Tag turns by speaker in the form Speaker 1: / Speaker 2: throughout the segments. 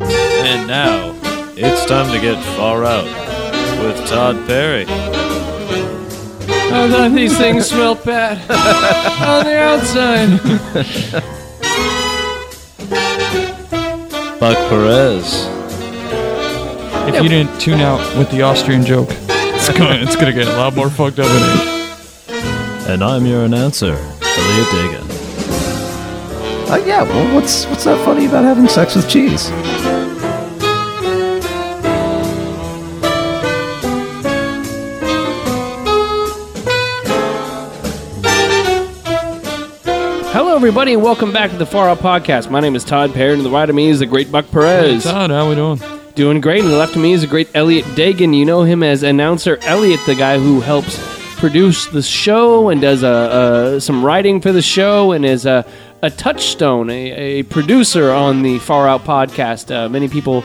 Speaker 1: And now, it's time to get far out with Todd Perry.
Speaker 2: Oh, God, these things smell bad on the outside.
Speaker 1: Buck Perez.
Speaker 3: If you didn't tune out with the Austrian joke, it's going it's gonna get a lot more fucked up in it.
Speaker 1: And I'm your announcer, Elliot Dagan.
Speaker 4: Uh, yeah, well, what's what's not funny about having sex with cheese?
Speaker 2: Hello, everybody, and welcome back to the Far Out Podcast. My name is Todd Perrin, and the right of me is the great Buck Perez.
Speaker 3: Todd, how we doing?
Speaker 2: Doing great, and left of me is the great Elliot Dagan. You know him as announcer Elliot, the guy who helps produce the show and does uh, uh, some writing for the show and is a, a touchstone, a, a producer on the Far Out podcast. Uh, many people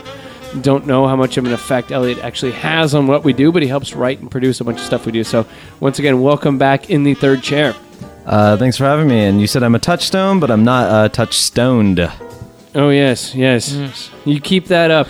Speaker 2: don't know how much of an effect Elliot actually has on what we do, but he helps write and produce a bunch of stuff we do. So, once again, welcome back in the third chair.
Speaker 4: Uh, thanks for having me. And you said I'm a touchstone, but I'm not uh, touchstoned.
Speaker 2: Oh, yes, yes. You keep that up.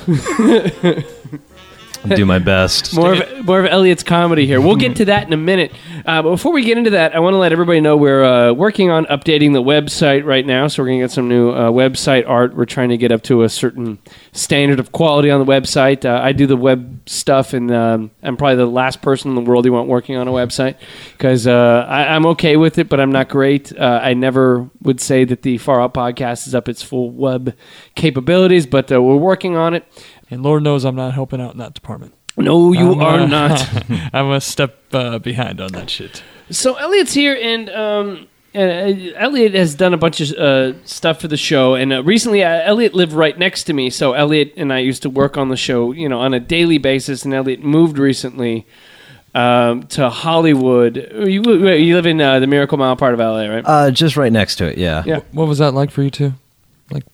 Speaker 4: Do my best.
Speaker 2: more of, more of Elliot's comedy here. We'll get to that in a minute. Uh, but before we get into that, I want to let everybody know we're uh, working on updating the website right now. So we're going to get some new uh, website art. We're trying to get up to a certain standard of quality on the website. Uh, I do the web stuff, and um, I'm probably the last person in the world you want working on a website because uh, I- I'm okay with it, but I'm not great. Uh, I never would say that the Far Out podcast is up its full web capabilities, but uh, we're working on it.
Speaker 3: And Lord knows I'm not helping out in that department.
Speaker 2: No, you
Speaker 3: I'm,
Speaker 2: are
Speaker 3: uh,
Speaker 2: not.
Speaker 3: I'm a step uh, behind on that shit.
Speaker 2: So Elliot's here, and um, uh, Elliot has done a bunch of uh, stuff for the show. And uh, recently, uh, Elliot lived right next to me, so Elliot and I used to work on the show, you know, on a daily basis. And Elliot moved recently um, to Hollywood. You, you live in uh, the Miracle Mile part of LA, right?
Speaker 4: Uh, just right next to it. Yeah.
Speaker 2: Yeah.
Speaker 3: What was that like for you two? Like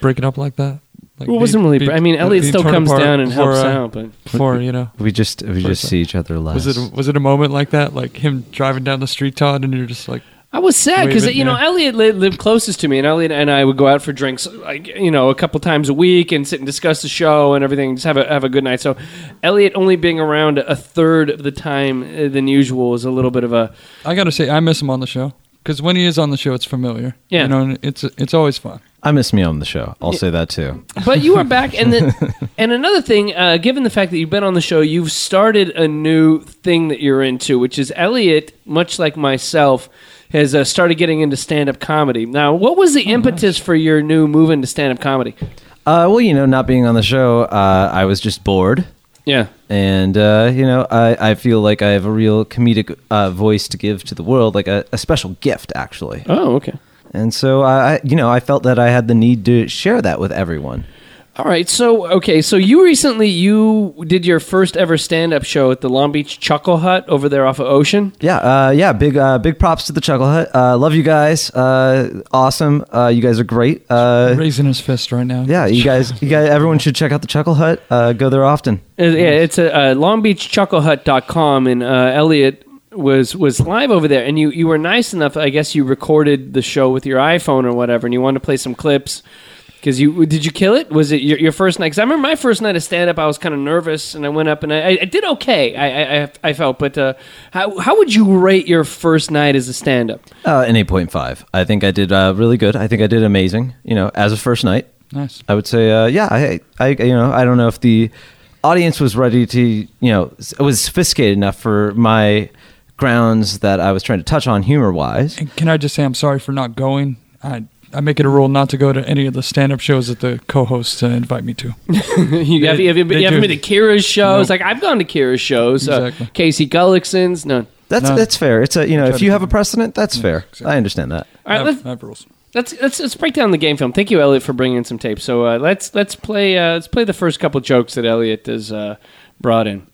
Speaker 3: breaking up like that? Like
Speaker 2: well, it wasn't really. I mean, Elliot still comes down and helps
Speaker 3: uh,
Speaker 2: out, but
Speaker 3: Before you know,
Speaker 4: We just we just
Speaker 3: Perfect.
Speaker 4: see each other less.
Speaker 3: was it was it a moment like that? Like him driving down the street, Todd, and you're just like,
Speaker 2: I was sad because
Speaker 3: Waving,
Speaker 2: you know
Speaker 3: yeah.
Speaker 2: Elliot li- lived closest to me, and Elliot and I would go out for drinks, like you know, a couple times a week, and sit and discuss the show and everything, just have a have a good night. So, Elliot only being around a third of the time uh, than usual is a little bit of a
Speaker 3: I gotta say, I miss him on the show because when he is on the show, it's familiar.
Speaker 2: Yeah.
Speaker 3: you know, and it's it's always fun.
Speaker 4: I miss me on the show. I'll say that too.
Speaker 2: but you are back and then and another thing uh, given the fact that you've been on the show you've started a new thing that you're into which is elliot much like myself has uh, started getting into stand-up comedy now what was the impetus for your new move into stand-up comedy
Speaker 4: Uh, well, you know, not being on the show, uh, I was just bored,
Speaker 2: yeah
Speaker 4: and uh, you know, I, I feel like I have a real comedic uh, voice to give to the world, like a, a special gift actually.
Speaker 2: oh okay
Speaker 4: And so I, I- you know, I felt that I had the need to share that with everyone.
Speaker 2: all right so okay so you recently you did your first ever stand-up show at the long beach chuckle hut over there off of ocean
Speaker 4: Yeah, uh, yeah. Big, uh, big props to the Chuckle Hut. Uh, love you guys. Uh, awesome. Uh, you guys are great. Uh,
Speaker 3: Raising his fist right now.
Speaker 4: yeah, you guys, you guys. Everyone should check out the Chuckle Hut. Uh, go there often.
Speaker 2: Uh, yeah, it's a uh, longbeachchucklehut.com, and uh, Elliot was was live over there, and you you were nice enough. I guess you recorded the show with your iPhone or whatever, and you wanted to play some clips. Because you did you kill it? Was it your, your first night? Because I remember my first night of stand up, I was kind of nervous, and I went up and I, I- I did okay. I I, I- I felt, but uh, how how would you rate your first night as a stand up?
Speaker 4: Uh, an eight point five. I think I did uh, really good. I think I did amazing. You know, as a first night,
Speaker 3: nice.
Speaker 4: I would say, uh, yeah. I, I, you know, I don't know if the audience was ready to, you know, s- it was sophisticated enough for my grounds that I was trying to touch on humor wise.
Speaker 3: And can I just say I'm sorry for not going? I I make it a rule not to go to any of the stand-up shows that the co-hosts uh, invite me to.
Speaker 2: you have, you have, you
Speaker 3: They
Speaker 2: haven't
Speaker 3: do.
Speaker 2: been to Kira's shows.
Speaker 3: Nope.
Speaker 2: Like I've gone to Kira's shows.
Speaker 3: Exactly.
Speaker 2: Uh, Casey Gullickson's none.
Speaker 4: That's
Speaker 3: No.
Speaker 4: that's fair. It's a you know,
Speaker 3: Try
Speaker 4: if
Speaker 3: to
Speaker 4: you
Speaker 3: keep
Speaker 4: have a
Speaker 3: it-
Speaker 4: precedent, that's fair. I understand that.
Speaker 2: All right,
Speaker 3: I
Speaker 2: let's,
Speaker 3: have, I have rules.
Speaker 2: Let's, let's let's break down the game film. Thank you, Elliot, for bringing in some tape. So uh, let's let's play uh, let's play the first couple jokes that Elliot has uh, brought in.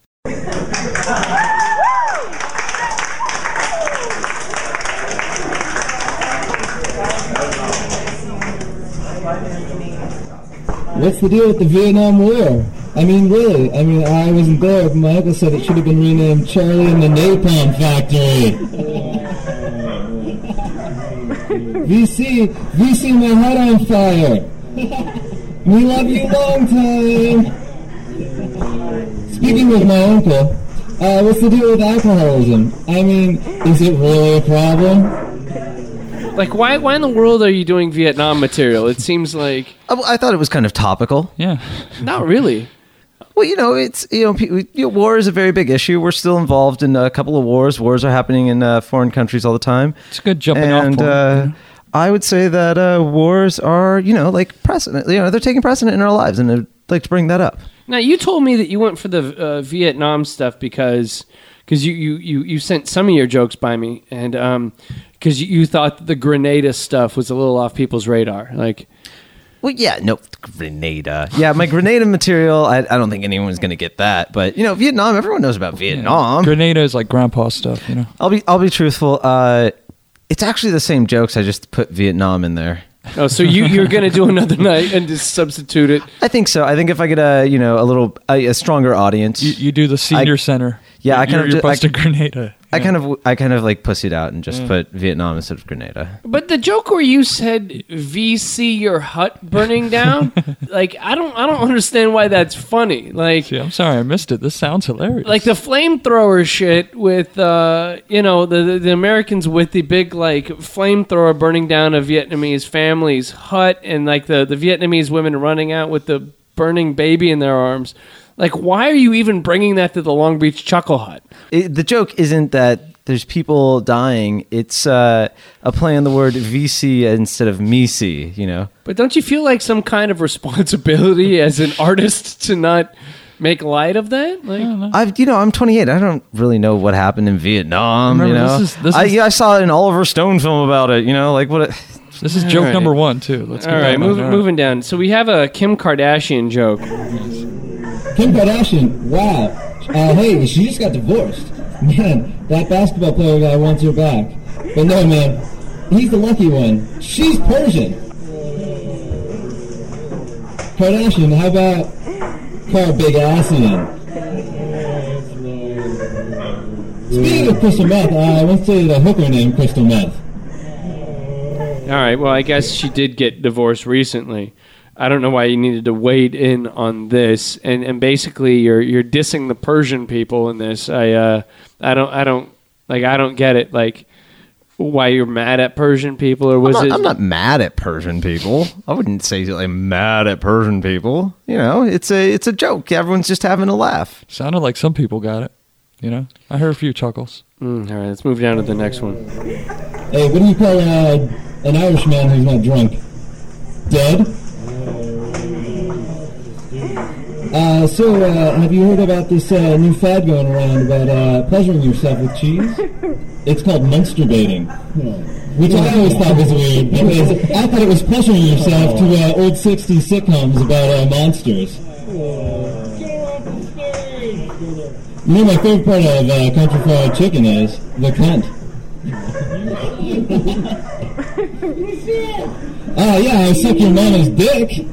Speaker 5: What's the deal with the Vietnam War? I mean, really? I mean, I wasn't there, but my uncle said it should have been renamed Charlie and the Napalm Factory. VC, VC, my head on fire. We love you long time. Speaking with my uncle, uh, what's the deal with alcoholism? I mean, is it really a problem?
Speaker 2: Like, why, why in the world are you doing Vietnam material? It seems like
Speaker 4: Uh, I, I thought it was kind of topical.
Speaker 3: Yeah.
Speaker 2: not really.
Speaker 4: Well, you know, it's you know, pe- we- you know, war is a very big issue. We're still involved in a couple of wars. Wars are happening in uh, foreign countries all the time.
Speaker 3: It's a good jumping off
Speaker 4: and,
Speaker 3: point,
Speaker 4: Uh,
Speaker 3: you know?
Speaker 4: I would say that uh, wars are, you know, like precedent. You know, they're taking precedent in our lives, and I'd like to bring that up.
Speaker 2: Now you told me that you went for the uh, Vietnam stuff because because you, you, you, you sent some of your jokes by me and because you, you thought that the Grenada stuff was a little off people's radar. Like
Speaker 4: Well, yeah, no, Grenada. Yeah, my Grenada material. I, I don't think anyone's gonna get that, but you know, Vietnam. Everyone knows about Vietnam.
Speaker 3: Grenada is like grandpa stuff, you know.
Speaker 4: I'll be I'll be truthful. Uh, it's actually the same jokes. I just put Vietnam in there.
Speaker 2: oh, so you you're gonna do another night and just substitute it.
Speaker 4: I think so. I think if I get a you know a little a, a stronger audience,
Speaker 3: You, you do the senior center.
Speaker 4: Yeah, I
Speaker 3: You're-
Speaker 4: kind of
Speaker 3: you're
Speaker 4: ju- I-
Speaker 3: busted Grenada.
Speaker 4: I kind of I kind of like pussied out and just put Vietnam instead of Grenada.
Speaker 2: But the joke where you said VC your hut burning down, like I don't I don't understand why that's funny. Like
Speaker 3: See, I'm sorry, I missed it. This sounds hilarious.
Speaker 2: like the flamethrower shit with uh you know the, the the Americans with the big like flamethrower burning down a Vietnamese family's hut and like the the Vietnamese women running out with the burning baby in their arms. Like why are you even bringing that to the Long Beach Chuckle Hut?
Speaker 4: It, the joke isn't that there's people dying. It's uh, a play on the word VC instead of MEC. You know,
Speaker 2: But don't you feel like some kind of responsibility as an artist to not make light of that? Like
Speaker 4: I've you know I'm 28. I don't really know what happened in Vietnam.
Speaker 3: Remember,
Speaker 4: you know,
Speaker 3: this is- this
Speaker 4: I,
Speaker 3: is-
Speaker 4: yeah, I saw an Oliver Stone film about it. You know, like what? A,
Speaker 3: this is joke
Speaker 4: All right.
Speaker 3: number one too. Let's
Speaker 2: all right,
Speaker 3: moving
Speaker 2: moving moving down. So we have a Kim Kardashian joke.
Speaker 5: Kim Kardashian, wow. Uh, hey, she just got divorced. Man, that basketball player guy wants her back. But no, man, he's the lucky one. She's Persian. Kardashian, how about Car Big Assian? Speaking of crystal meth, uh, I once dated a hooker named Crystal Meth.
Speaker 2: All right. Well, I guess she did get divorced recently. I don't know why you needed to wade in on this, and, and basically you're you're dissing the Persian people in this. I uh, I don't I don't like I don't get it. Like why you're mad at Persian people or was
Speaker 4: I'm,
Speaker 2: it?
Speaker 4: not, I'm not mad at Persian people. I wouldn't say like mad at Persian people. You know, it's a it's a joke. Everyone's just having a laugh.
Speaker 3: Sounded like some people got it. You know, I heard a few chuckles.
Speaker 2: Mm, all right, let's move down to the next one.
Speaker 5: Hey, what do you call uh, an Irishman who's not drunk? Dead? Uh, so, uh, have you heard about this uh, new fad going around about uh, pleasuring yourself with cheese? It's called masturbating, which I always thought was weird because I thought it was pleasuring yourself to uh, old 60s sitcoms about uh, monsters. You know, my favorite part of uh, Country Fried Chicken is the cunt. Oh yeah, I suck your mama's dick.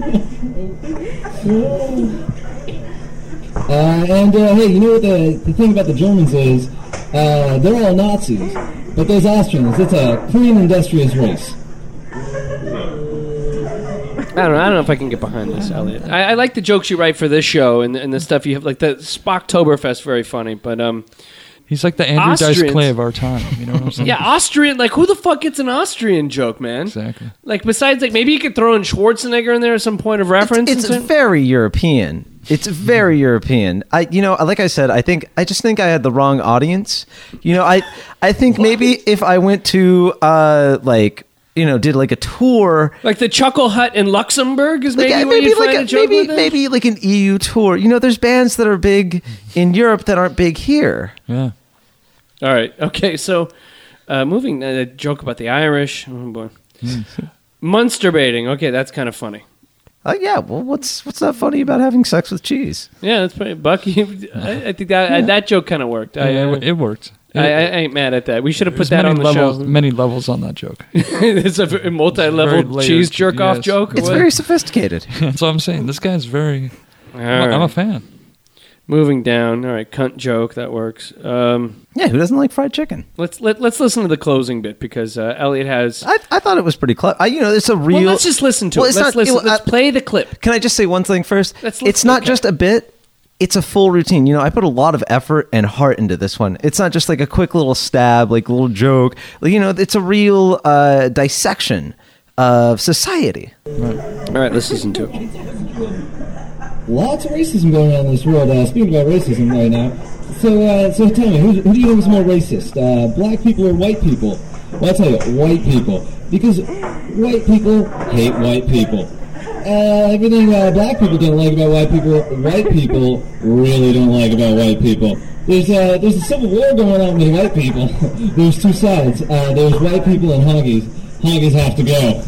Speaker 5: uh, and uh, hey, you know what the, the thing about the Germans is? Uh, they're all Nazis, but those Austrians, it's a clean, industrious race.
Speaker 2: I don't know. I don't know if I can get behind this, Elliot. I, I like the jokes you write for this show and and the stuff you have. Like the Spocktoberfest, very funny. But um,
Speaker 3: He's like the Andrew Dice
Speaker 2: Austrians.
Speaker 3: Clay of our time. You know what I'm saying?
Speaker 2: yeah, Austrian. Like who the fuck gets an Austrian joke, man?
Speaker 3: Exactly.
Speaker 2: Like besides, like maybe you could throw in Schwarzenegger in there as some point of reference.
Speaker 4: It's,
Speaker 2: and
Speaker 4: it's
Speaker 2: stuff.
Speaker 4: very European. It's very European. I, you know, like I said, I think I just think I had the wrong audience. You know, I, I think maybe if I went to, uh, like, you know, did like a tour,
Speaker 2: like the Chuckle Hut in Luxembourg is
Speaker 4: like,
Speaker 2: maybe
Speaker 4: uh,
Speaker 2: where you
Speaker 4: like
Speaker 2: find
Speaker 4: a-
Speaker 2: a joke
Speaker 4: maybe
Speaker 2: with it?
Speaker 4: maybe like an EU tour. You know, there's bands that are big in Europe that aren't big here.
Speaker 3: Yeah.
Speaker 2: All right, okay. So, uh, moving uh, the joke about the Irish. Oh boy, Munster baiting. Okay, that's kind of funny.
Speaker 4: Uh, yeah, well, what's what's not funny about having sex with cheese?
Speaker 2: Yeah, that's pretty Bucky. I, I think that I, that joke kind of worked. I,
Speaker 3: Yeah,
Speaker 2: uh,
Speaker 3: it, it worked.
Speaker 2: I, I ain't mad at that. We should have put that
Speaker 3: There's many
Speaker 2: on the
Speaker 3: levels,
Speaker 2: show.
Speaker 3: Many levels on that joke.
Speaker 2: it's a v-
Speaker 3: Very
Speaker 2: multi-level
Speaker 3: layered,
Speaker 2: cheese jerk off
Speaker 3: yes.
Speaker 2: joke.
Speaker 4: It's
Speaker 2: What?
Speaker 4: very sophisticated.
Speaker 3: That's what I'm saying. This guy's very.
Speaker 2: All
Speaker 3: I'm, a- I'm a
Speaker 2: right.
Speaker 3: fan.
Speaker 2: Moving down. All right, cunt joke that works. Um,
Speaker 4: Yeah, who doesn't like fried chicken?
Speaker 2: let's let, let's listen to the closing bit because uh, Elliot has.
Speaker 4: I, I thought it was pretty clever. You know, it's a real.
Speaker 2: well, let's just listen to
Speaker 4: Well,
Speaker 2: it.
Speaker 4: it's
Speaker 2: Let's
Speaker 4: not-
Speaker 2: listen.
Speaker 4: well, uh,
Speaker 2: let's
Speaker 4: I-
Speaker 2: play the clip.
Speaker 4: Can I just say one thing first?
Speaker 2: Let's- let's-
Speaker 4: it's not
Speaker 2: okay.
Speaker 4: just a bit. It's a full routine. You know, I put a lot of effort and heart into this one. It's not just like a quick little stab, like little joke. You know, it's a real uh, dissection of society.
Speaker 2: All right, let's listen to it.
Speaker 5: Lots of racism going on in this world. Uh, speaking about racism right now, so uh, so tell me, who, who do you think is more racist, uh, black people or white people? Well, I tell you, white people, because white people hate white people. Uh, everything uh, black people don't like about white people, white people really don't like about white people. There's uh, there's a civil war going on with white people. there's two sides. Uh, there's white people and honkies. Honkies have to go.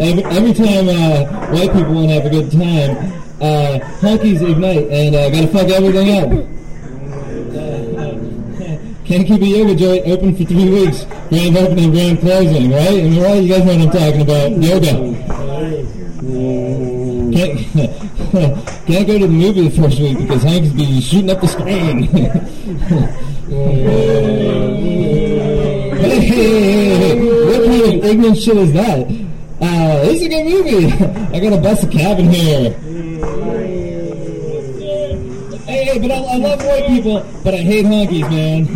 Speaker 5: Every, every time uh, white people want to have a good time, uh, honkies ignite and uh, gotta fuck everything up. Uh, Can't keep a yoga joint open for three weeks. Grand opening, grand closing, right? Am I right? You guys know what I'm talking about. Yoga. Can't, can't go to the movie the first week because Hank's be shooting up the screen. hey, hey, hey, hey, hey. What kind of ignorant shit is that? Uh, this is a good movie. I gotta bust a cabin here. Hey, hey, but I, I love white people, but I hate honkies, man.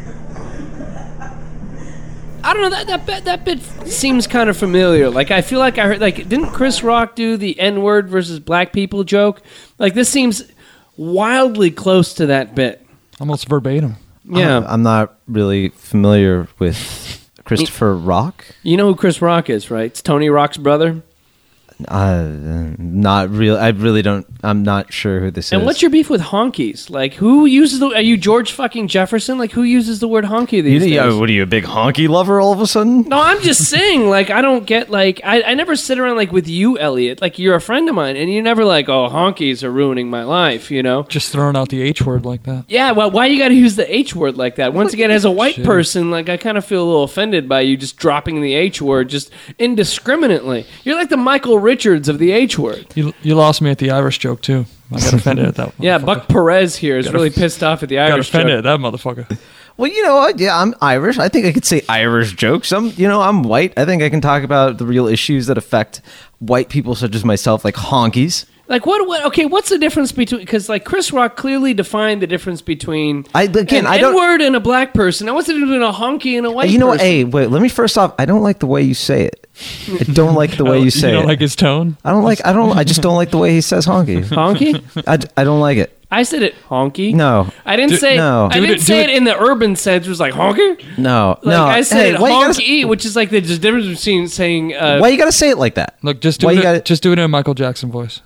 Speaker 2: I don't know that that bit, that bit seems kind of familiar. Like I feel like I heard like didn't Chris Rock do the N word versus black people joke? Like this seems wildly close to that bit.
Speaker 3: Almost verbatim.
Speaker 2: Yeah,
Speaker 4: I'm not really familiar with Christopher Rock.
Speaker 2: you know who Chris Rock is, right? It's Tony Rock's brother.
Speaker 4: Uh, not real. I really don't. I'm not sure who this is.
Speaker 2: And what's your beef with honkies? Like who uses the? Are you George fucking Jefferson? Like who uses the word honky
Speaker 4: You,
Speaker 2: these days?
Speaker 4: yeah, what are you, a big honky lover? All of a sudden?
Speaker 2: No, I'm just saying, like, I don't get, like, I, I never sit around, like, with you, Elliot. Like, you're a friend of mine, and you're never like, oh, honkies are ruining my life, you know?
Speaker 3: Just throwing out the H word like that.
Speaker 2: Yeah, well, why you gotta use the H word like that? Once again, as a white
Speaker 3: Shit.
Speaker 2: person, like, I kind of feel a little offended by you just dropping the H word just indiscriminately. You're like the Michael Richards of the H word.
Speaker 3: You, you lost me at the Irish joke too. I got offended at that.
Speaker 2: Yeah,
Speaker 3: motherfucker.
Speaker 2: Buck Perez here is really pissed off at the
Speaker 3: Got
Speaker 2: Irish
Speaker 3: offended
Speaker 2: joke.
Speaker 3: at that motherfucker.
Speaker 4: Well, you know, what? yeah, I'm Irish. I think I could say Irish jokes. I'm, you know, I'm white. I think I can talk about the real issues that affect white people, such as myself, like honkies.
Speaker 2: Like, what, what, okay, what's the difference between, because, like, Chris Rock clearly defined the difference between
Speaker 4: I again,
Speaker 2: an
Speaker 4: I don't.
Speaker 2: N-word and a black person. Now, what's the difference between a honky and a white
Speaker 4: you know what?
Speaker 2: person?
Speaker 4: Hey, wait. Let me first off. I don't like the way you say it. I don't like the
Speaker 2: Oh,
Speaker 4: way you say
Speaker 3: don't
Speaker 4: it.
Speaker 3: like his tone.
Speaker 4: I don't like. I don't. I just don't like the way he says honky.
Speaker 2: Honky?
Speaker 4: I, I don't like it.
Speaker 2: I said it honky.
Speaker 4: No.
Speaker 2: I didn't
Speaker 3: Do-
Speaker 2: say
Speaker 4: no.
Speaker 2: I
Speaker 3: Do
Speaker 2: didn't
Speaker 3: it- do
Speaker 2: say it,
Speaker 3: it-
Speaker 2: in the urban sense. It was like honky.
Speaker 4: No.
Speaker 2: Like
Speaker 4: no.
Speaker 2: I
Speaker 4: hey,
Speaker 2: said
Speaker 4: why you gotta-
Speaker 2: honky, which is like the just difference between saying. Uh,
Speaker 4: Why you gotta say it like that?
Speaker 3: Look, just do
Speaker 4: Why
Speaker 3: it.
Speaker 4: you gotta-
Speaker 3: just do it in a Michael Jackson voice.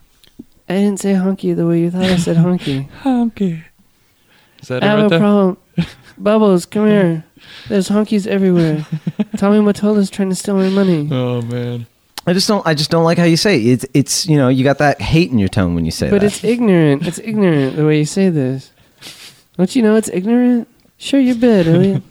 Speaker 2: I didn't say honky the way you thought I said honky.
Speaker 3: Honky. Is that
Speaker 2: I
Speaker 3: it
Speaker 2: have
Speaker 3: right
Speaker 2: a
Speaker 3: there?
Speaker 2: problem. Bubbles, come here. There's honkies everywhere. Tommy Motola's trying to steal my money.
Speaker 3: Oh man.
Speaker 4: I just don't. I just don't like how you say it. It's. It's. You know. You got that hate in your tone when you say
Speaker 2: But
Speaker 4: that.
Speaker 2: it's ignorant. It's ignorant the way you say this. Don't you know it's ignorant? Sure, you're bad, Elliot.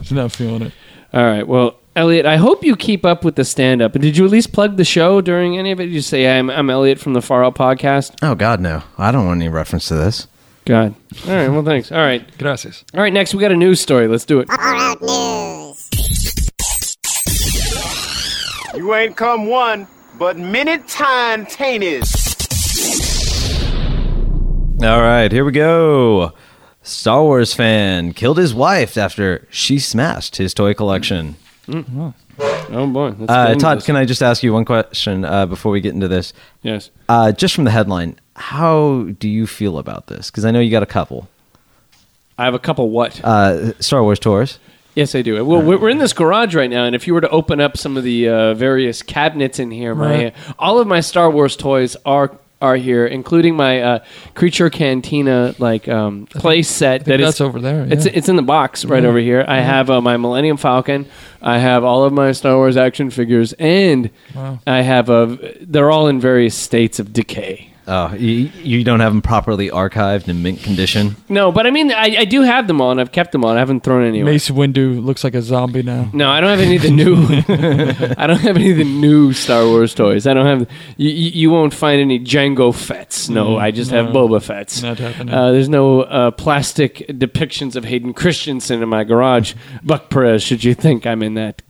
Speaker 3: He's not feeling it.
Speaker 2: All right. Well, Elliot, I hope you keep up with the stand up. And did you at least plug the show during any of it? Did you say, I'm, I'm Elliot from the Far Out podcast?
Speaker 4: oh God, no. I don't want any reference to this.
Speaker 2: God. All right. Well, thanks. All right.
Speaker 3: Gracias.
Speaker 2: All right. Next, we got a news story. Let's do it.
Speaker 6: You ain't come one, but many time tainted.
Speaker 4: All right, here we go. Star Wars fan killed his wife after she smashed his toy collection.
Speaker 2: Oh, boy. Let's get
Speaker 4: Uh,
Speaker 2: into
Speaker 4: Todd,
Speaker 2: this.
Speaker 4: can I just ask you one question uh, before we get into this?
Speaker 2: Yes.
Speaker 4: Uh, just from the headline, how do you feel about this? Because I know you got a couple
Speaker 2: I have a couple what?
Speaker 4: uh, Star Wars tours.
Speaker 2: yes, I do. Well, we're we're in this garage right now, and if you were to open up some of the uh, various cabinets in here, my
Speaker 3: Right.
Speaker 2: uh, all of my Star Wars toys are are here, including my uh, Creature Cantina like um, play set
Speaker 3: think
Speaker 2: that is-
Speaker 3: that's over there,
Speaker 2: It's
Speaker 3: yeah.
Speaker 2: it's in the box right over here. I have uh, my Millennium Falcon. I have all of my Star uh, Wars action figures, and I have a. They're all in various states of decay.
Speaker 4: Oh, you, you don't have them properly archived in mint condition.
Speaker 2: No, but I mean, I, I do have them all, and I've kept them all. and I haven't thrown any away.
Speaker 3: Mace Windu looks like a zombie now.
Speaker 2: No, I don't have any of the new. I don't have any of the new Star Wars toys. I don't have. You, you you won't find any Django Fets. No, I just have Boba Fets.
Speaker 3: Not happening.
Speaker 2: Uh, there's no uh, plastic depictions of Hayden Christensen in my garage. Buck Perez, should you think I'm in that?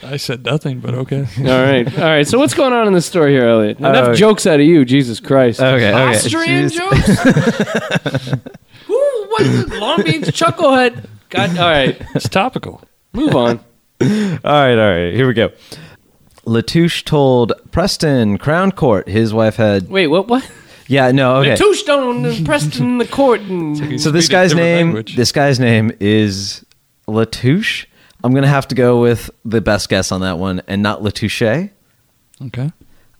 Speaker 3: I said nothing, but okay.
Speaker 2: All right, all right. So what's going on in the story here, Elliot? Enough
Speaker 4: Uh,
Speaker 2: jokes out of you, Jesus Christ.
Speaker 4: Okay, okay.
Speaker 2: Austrian
Speaker 4: Jeez.
Speaker 2: jokes. Who? What? is it? Long Beach Chucklehead. God. All right,
Speaker 3: It's topical.
Speaker 2: move on.
Speaker 4: All right, all right. Here we go. Latouche told Preston Crown Court his wife had.
Speaker 2: Wait, what? What?
Speaker 4: Yeah, no, okay.
Speaker 2: Two stone and Preston in the court and
Speaker 4: So this
Speaker 3: Speak a
Speaker 4: guy's
Speaker 3: different
Speaker 4: name,
Speaker 3: language.
Speaker 4: this guy's name is Latouche. I'm gonna have to go with the best guess on that one, and not Latouche.
Speaker 3: Okay.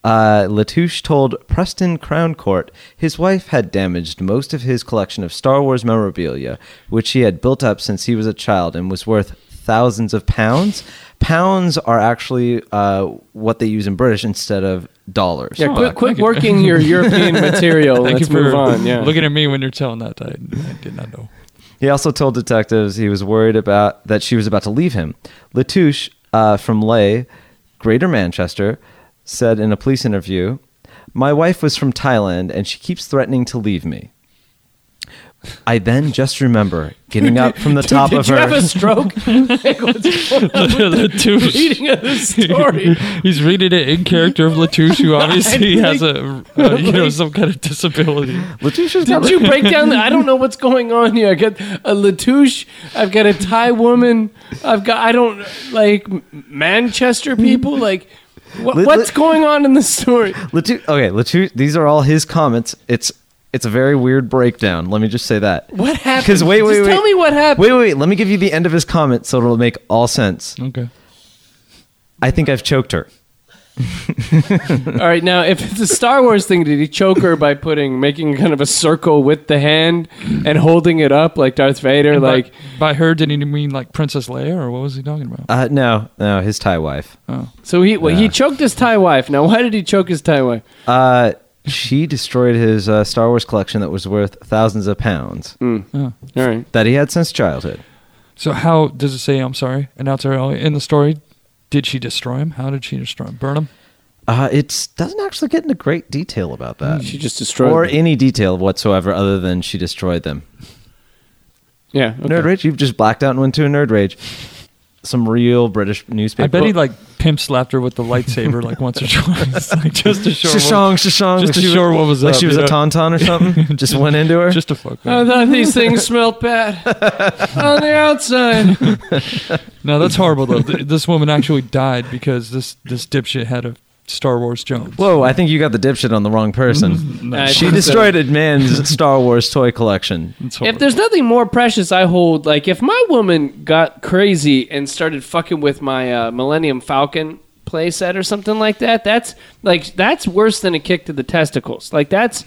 Speaker 4: Uh, Latouche told Preston Crown Court his wife had damaged most of his collection of Star Wars memorabilia, which he had built up since he was a child and was worth thousands of pounds. Pounds are actually uh, what they use in British instead of dollars.
Speaker 2: yeah, quit,
Speaker 3: Fuck.
Speaker 2: quit working your European material.
Speaker 3: Thank
Speaker 2: Let's
Speaker 3: you for
Speaker 2: move on. Yeah,
Speaker 3: looking at me when you're telling that. I, I did not know.
Speaker 4: He also told detectives he was worried about that she was about to leave him. Latouche uh, from Ley, Greater Manchester, said in a police interview, "My wife was from Thailand and she keeps threatening to leave me." I then just remember getting up from the top
Speaker 2: did
Speaker 4: of
Speaker 2: you
Speaker 4: her.
Speaker 2: have a stroke? Like, what's going on with the
Speaker 3: Latouche.
Speaker 2: reading of the story.
Speaker 3: He's reading it in character of Latouche, who obviously
Speaker 2: think-
Speaker 3: has a uh, you know some kind of disability.
Speaker 4: Latouche is
Speaker 2: Did
Speaker 4: not-
Speaker 2: you break down? The, I don't know what's going on here. I got a Latouche. I've got a Thai woman. I've got I don't like Manchester people. Like what,
Speaker 4: Lit-
Speaker 2: what's
Speaker 4: lit-
Speaker 2: going on in the story?
Speaker 4: Latouche. Okay, Latouche. These are all his comments. It's it's a very weird breakdown. Let me just say that.
Speaker 2: What happened?
Speaker 4: Because wait, wait,
Speaker 2: Just
Speaker 4: wait.
Speaker 2: Tell me what happened.
Speaker 4: Wait, wait, wait. Let me give you the end of his comment so it'll make all sense.
Speaker 3: Okay.
Speaker 4: I think I've choked her.
Speaker 2: All right, now if it's a Star Wars thing, did he choke her by putting making kind of a circle with the hand and holding it up like Darth Vader? like,
Speaker 3: by, by her, did he mean like Princess Leia, or what was he talking about? Oh.
Speaker 4: Uh, no, no, his Thai wife.
Speaker 2: so he well, he choked his Thai wife. Now, why did he choke his Thai wife?
Speaker 4: Uh, she destroyed his uh, Star Wars collection that was worth thousands of pounds
Speaker 2: Mm. All right,
Speaker 4: that he had since childhood.
Speaker 3: So how does it say? I'm sorry, announcer Elliot, in the story. Did she destroy him? How did she destroy him? Burn him?
Speaker 4: Uh, it doesn't actually get into great detail about that,
Speaker 2: Mm, she just destroyed.
Speaker 4: or
Speaker 2: him.
Speaker 4: any detail whatsoever, other than she destroyed them.
Speaker 2: yeah, okay.
Speaker 4: Nerd rage, you've just blacked out and went to a nerd rage. Some real British newspaper.
Speaker 3: I bet he like pimp slapped her with the lightsaber like once or twice, like just to show. her
Speaker 4: Shashong, Shashong.
Speaker 3: Just to show her what was
Speaker 4: like
Speaker 3: up,
Speaker 4: she was
Speaker 3: you
Speaker 4: a
Speaker 3: know?
Speaker 4: tauntaun or something. just went into her.
Speaker 3: what- just to fuck. Her.
Speaker 2: I thought these things smelled bad on the outside.
Speaker 3: No, that's horrible though. Th- this woman actually died because this this dipshit had a Star Wars Jones.
Speaker 4: Whoa, I think you got the dipshit on the wrong person.
Speaker 2: I
Speaker 4: she
Speaker 2: think so.
Speaker 4: destroyed a man's Star Wars toy collection.
Speaker 3: It's
Speaker 2: If
Speaker 3: horrible.
Speaker 2: there's nothing more precious I hold, like if my woman got crazy and started fucking with my uh, Millennium Falcon playset or something like that, that's like that's worse than a kick to the testicles. Like that's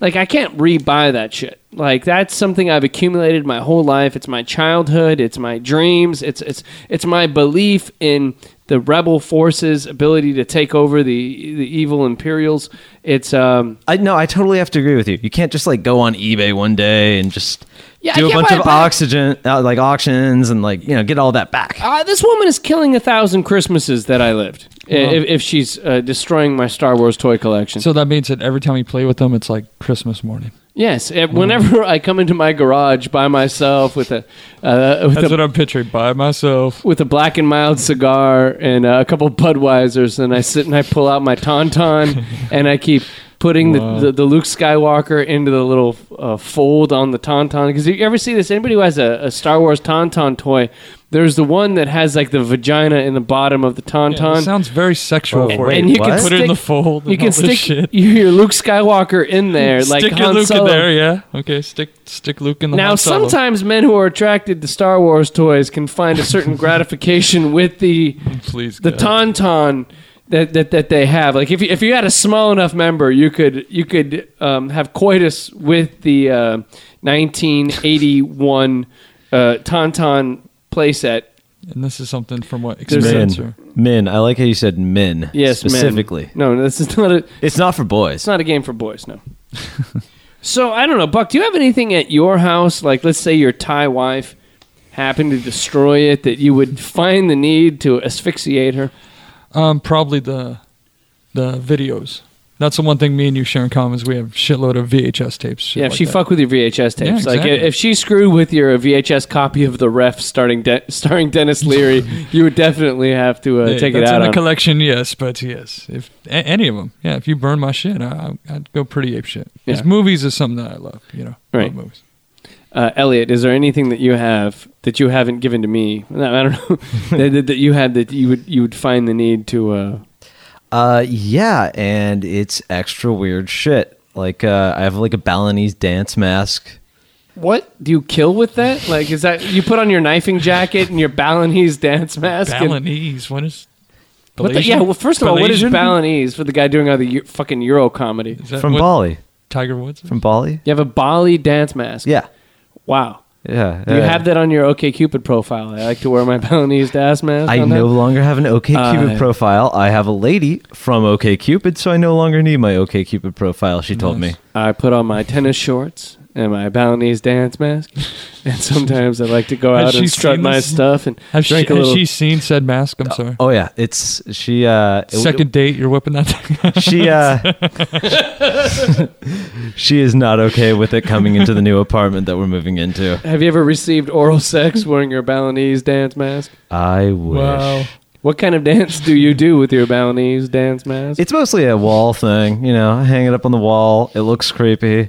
Speaker 2: like I can't rebuy that shit. Like that's something I've accumulated my whole life. It's my childhood. It's my dreams. It's it's it's my belief in the rebel forces' ability to take over the the evil Imperials. It's um.
Speaker 4: I no, I totally have to agree with you. You can't just like go on eBay one day and just
Speaker 2: Yeah,
Speaker 4: do
Speaker 2: I
Speaker 4: a
Speaker 2: can't
Speaker 4: bunch
Speaker 2: buy
Speaker 4: of
Speaker 2: a box.
Speaker 4: oxygen uh, like auctions and like you know get all that back.
Speaker 2: Uh, this woman is killing a thousand Christmases that I lived. i- If, if she's uh, destroying my Star Wars toy collection,
Speaker 3: so that means that every time you play with them, it's like Christmas morning.
Speaker 2: yes. if-
Speaker 3: Mm-hmm.
Speaker 2: whenever I come into my garage by myself with a uh, with
Speaker 3: That's
Speaker 2: a
Speaker 3: what I'm picturing by myself.
Speaker 2: with a black and mild cigar and uh, a couple Budweisers, and I sit and I pull out my tauntaun and I keep putting the, the, the Luke Skywalker into the little uh, fold on the tauntaun. Because you ever see this? Anybody who has a, a Star Wars tauntaun toy, there's the one that has like the vagina in the bottom of the tauntaun.
Speaker 3: It sounds very sexual.
Speaker 4: Whoa,
Speaker 3: for
Speaker 4: wait,
Speaker 3: you.
Speaker 2: and you
Speaker 4: what?
Speaker 2: can
Speaker 3: put
Speaker 2: stick,
Speaker 3: it in the fold.
Speaker 2: You
Speaker 3: and
Speaker 2: can
Speaker 3: all
Speaker 2: stick
Speaker 3: this shit.
Speaker 2: your Luke Skywalker in there, like
Speaker 3: stick
Speaker 2: Han
Speaker 3: your Luke
Speaker 2: Solo.
Speaker 3: in there, yeah. Okay, stick stick Luke in the
Speaker 2: Now,
Speaker 3: Han Solo.
Speaker 2: sometimes men who are attracted to Star Wars toys can find a certain gratification with the
Speaker 3: please
Speaker 2: the
Speaker 3: God.
Speaker 2: tauntaun that, that that they have. Like if you, if you had a small enough member, you could you could um, have coitus with the uh, 1981 uh, tauntaun playset.
Speaker 3: and this is something from what
Speaker 2: a-
Speaker 3: experience? or-
Speaker 4: men. I like how you said men.
Speaker 2: Yes, men.
Speaker 4: specifically.
Speaker 2: No, this is not a
Speaker 4: It's not for boys.
Speaker 2: it's not a game for boys. No. So I don't know, Buck. Do you have anything at your house? Like, let's say your Thai wife happened to destroy it, that you would find the need to asphyxiate her.
Speaker 3: Um, probably the the videos. That's the one thing me and you share in common is we have shitload of VHS tapes. shit
Speaker 2: Yeah, if
Speaker 3: like
Speaker 2: she
Speaker 3: that.
Speaker 2: fuck with your VHS tapes,
Speaker 3: Yeah,
Speaker 2: like
Speaker 3: exactly.
Speaker 2: if- if she screwed with your VHS copy of The Ref, starting De- starring Dennis Leary, you would definitely have to uh,
Speaker 3: Yeah,
Speaker 2: take it
Speaker 3: that's
Speaker 2: out.
Speaker 3: in
Speaker 2: on.
Speaker 3: the collection, yes, but yes, if a- any of them, yeah. If you burn my shit, I, I- I'd go pretty ape shit. 'Cause
Speaker 2: Yeah.
Speaker 3: movies is something that I love. You know, I
Speaker 2: Right.
Speaker 3: love movies.
Speaker 2: uh, Elliot, is there anything that you have that you haven't given to me? No, I don't know that, that, that you had that you would you would find the need to. Uh,
Speaker 4: Uh, yeah, and it's extra weird shit. Like uh, I have like a Balinese dance mask.
Speaker 2: what do you kill with that? Like, is that you put on your knifing jacket and your Balinese dance mask? and-
Speaker 3: Balinese. What is?
Speaker 2: What the, yeah, well, first of all, what is Balinese for the guy doing all the Eu- fucking Euro comedy?
Speaker 4: From Bali.
Speaker 3: Tiger Woods.
Speaker 4: From Bali?
Speaker 2: You have a Bali dance mask.
Speaker 4: Yeah.
Speaker 2: Wow.
Speaker 4: Yeah.
Speaker 2: Do you
Speaker 4: uh,
Speaker 2: have that on your OK Cupid profile? I like to wear my Balinese dance mask.
Speaker 4: I
Speaker 2: on
Speaker 4: no
Speaker 2: that.
Speaker 4: longer have an OKCupid
Speaker 2: Uh,
Speaker 4: profile. I have a lady from OKCupid, so I no longer need my OKCupid profile, she told me.
Speaker 2: I put on my tennis shorts and my Balinese dance mask, and sometimes I like to go
Speaker 3: Has
Speaker 2: out
Speaker 3: she
Speaker 2: and strut
Speaker 3: seen
Speaker 2: my
Speaker 3: this?
Speaker 2: stuff and
Speaker 3: Has she,
Speaker 2: drink a
Speaker 3: has
Speaker 2: little.
Speaker 3: she seen said mask? I'm sorry.
Speaker 4: Oh yeah, it's she uh it-
Speaker 3: Second date, you're whipping that. thing.
Speaker 4: she uh she is not okay with it coming into the new apartment that we're moving into.
Speaker 2: Have you ever received oral sex wearing your Balinese dance mask?
Speaker 4: I wish.
Speaker 3: Wow.
Speaker 2: What kind of dance do you do with your Balinese dance mask?
Speaker 4: It's mostly a wall thing, you know. I hang it up on the wall. It looks creepy.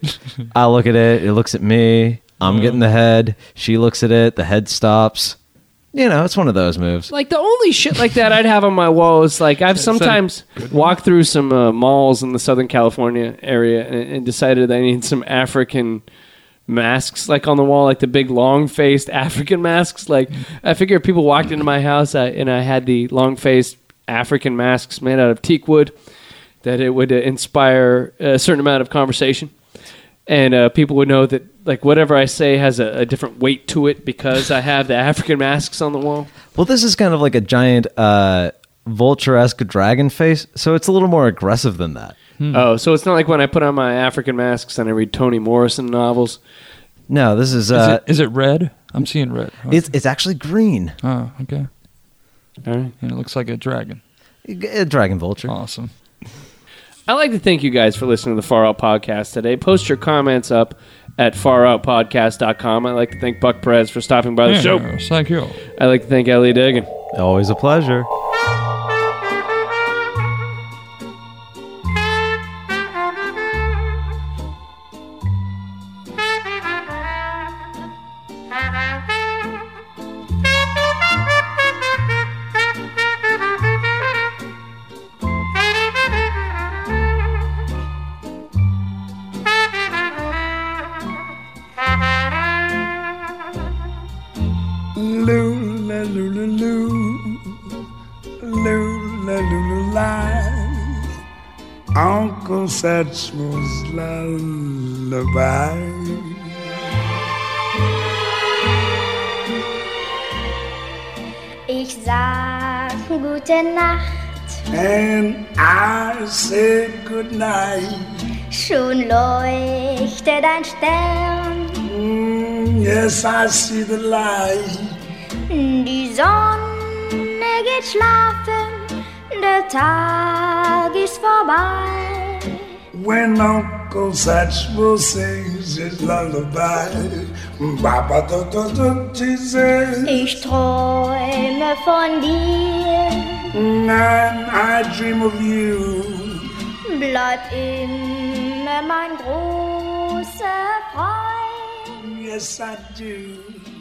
Speaker 4: I look at it. It looks at me. I'm getting the head. She looks at it. The head stops. You know, it's one of those moves.
Speaker 2: Like the only shit like that I'd have on my wall is like I've sometimes walked through some uh, malls in the Southern California area and, and decided I need some African masks like on the wall, like the big long faced African masks. Like I figure if people walked into my house I, and I had the long faced African masks made out of teak wood, that it would uh, inspire a certain amount of conversation. And uh, people would know that like whatever I say has a, a different weight to it because I have the African masks on the wall.
Speaker 4: Well, this is kind of like a giant uh, vulture-esque dragon face, so it's a little more aggressive than that.
Speaker 2: Oh, so it's not like when I put on my African masks and I read Toni Morrison novels.
Speaker 4: No, this is.
Speaker 3: Is
Speaker 4: Uh,
Speaker 3: it, is it red? I'm seeing red.
Speaker 4: it's it's actually green.
Speaker 3: oh, okay.
Speaker 2: All right.
Speaker 3: And it looks like a dragon.
Speaker 4: A dragon vulture.
Speaker 3: Awesome.
Speaker 2: I'd like to thank you guys for listening to the Far Out Podcast today. Post your comments up at faroutpodcast.com. I'd like to thank Buck Perez for stopping by the show.
Speaker 3: Yeah, thank you.
Speaker 2: I'd like to thank Ellie Duggan.
Speaker 4: Always a pleasure.
Speaker 7: Uncle Satchel's lullaby.
Speaker 8: Ich sag gute Nacht,
Speaker 7: And I said goodnight.
Speaker 8: schon leuchtet ein Stern,
Speaker 7: Mm, yes, I see the light.
Speaker 8: die Sonne geht schlafen, der Tag ist vorbei.
Speaker 7: When Uncle Satchel sings his lullaby, Baba do do do Jesus,
Speaker 8: Ich träume von dir,
Speaker 7: and I dream of you.
Speaker 8: bleib immer mein großer Freund.
Speaker 7: Yes, I do.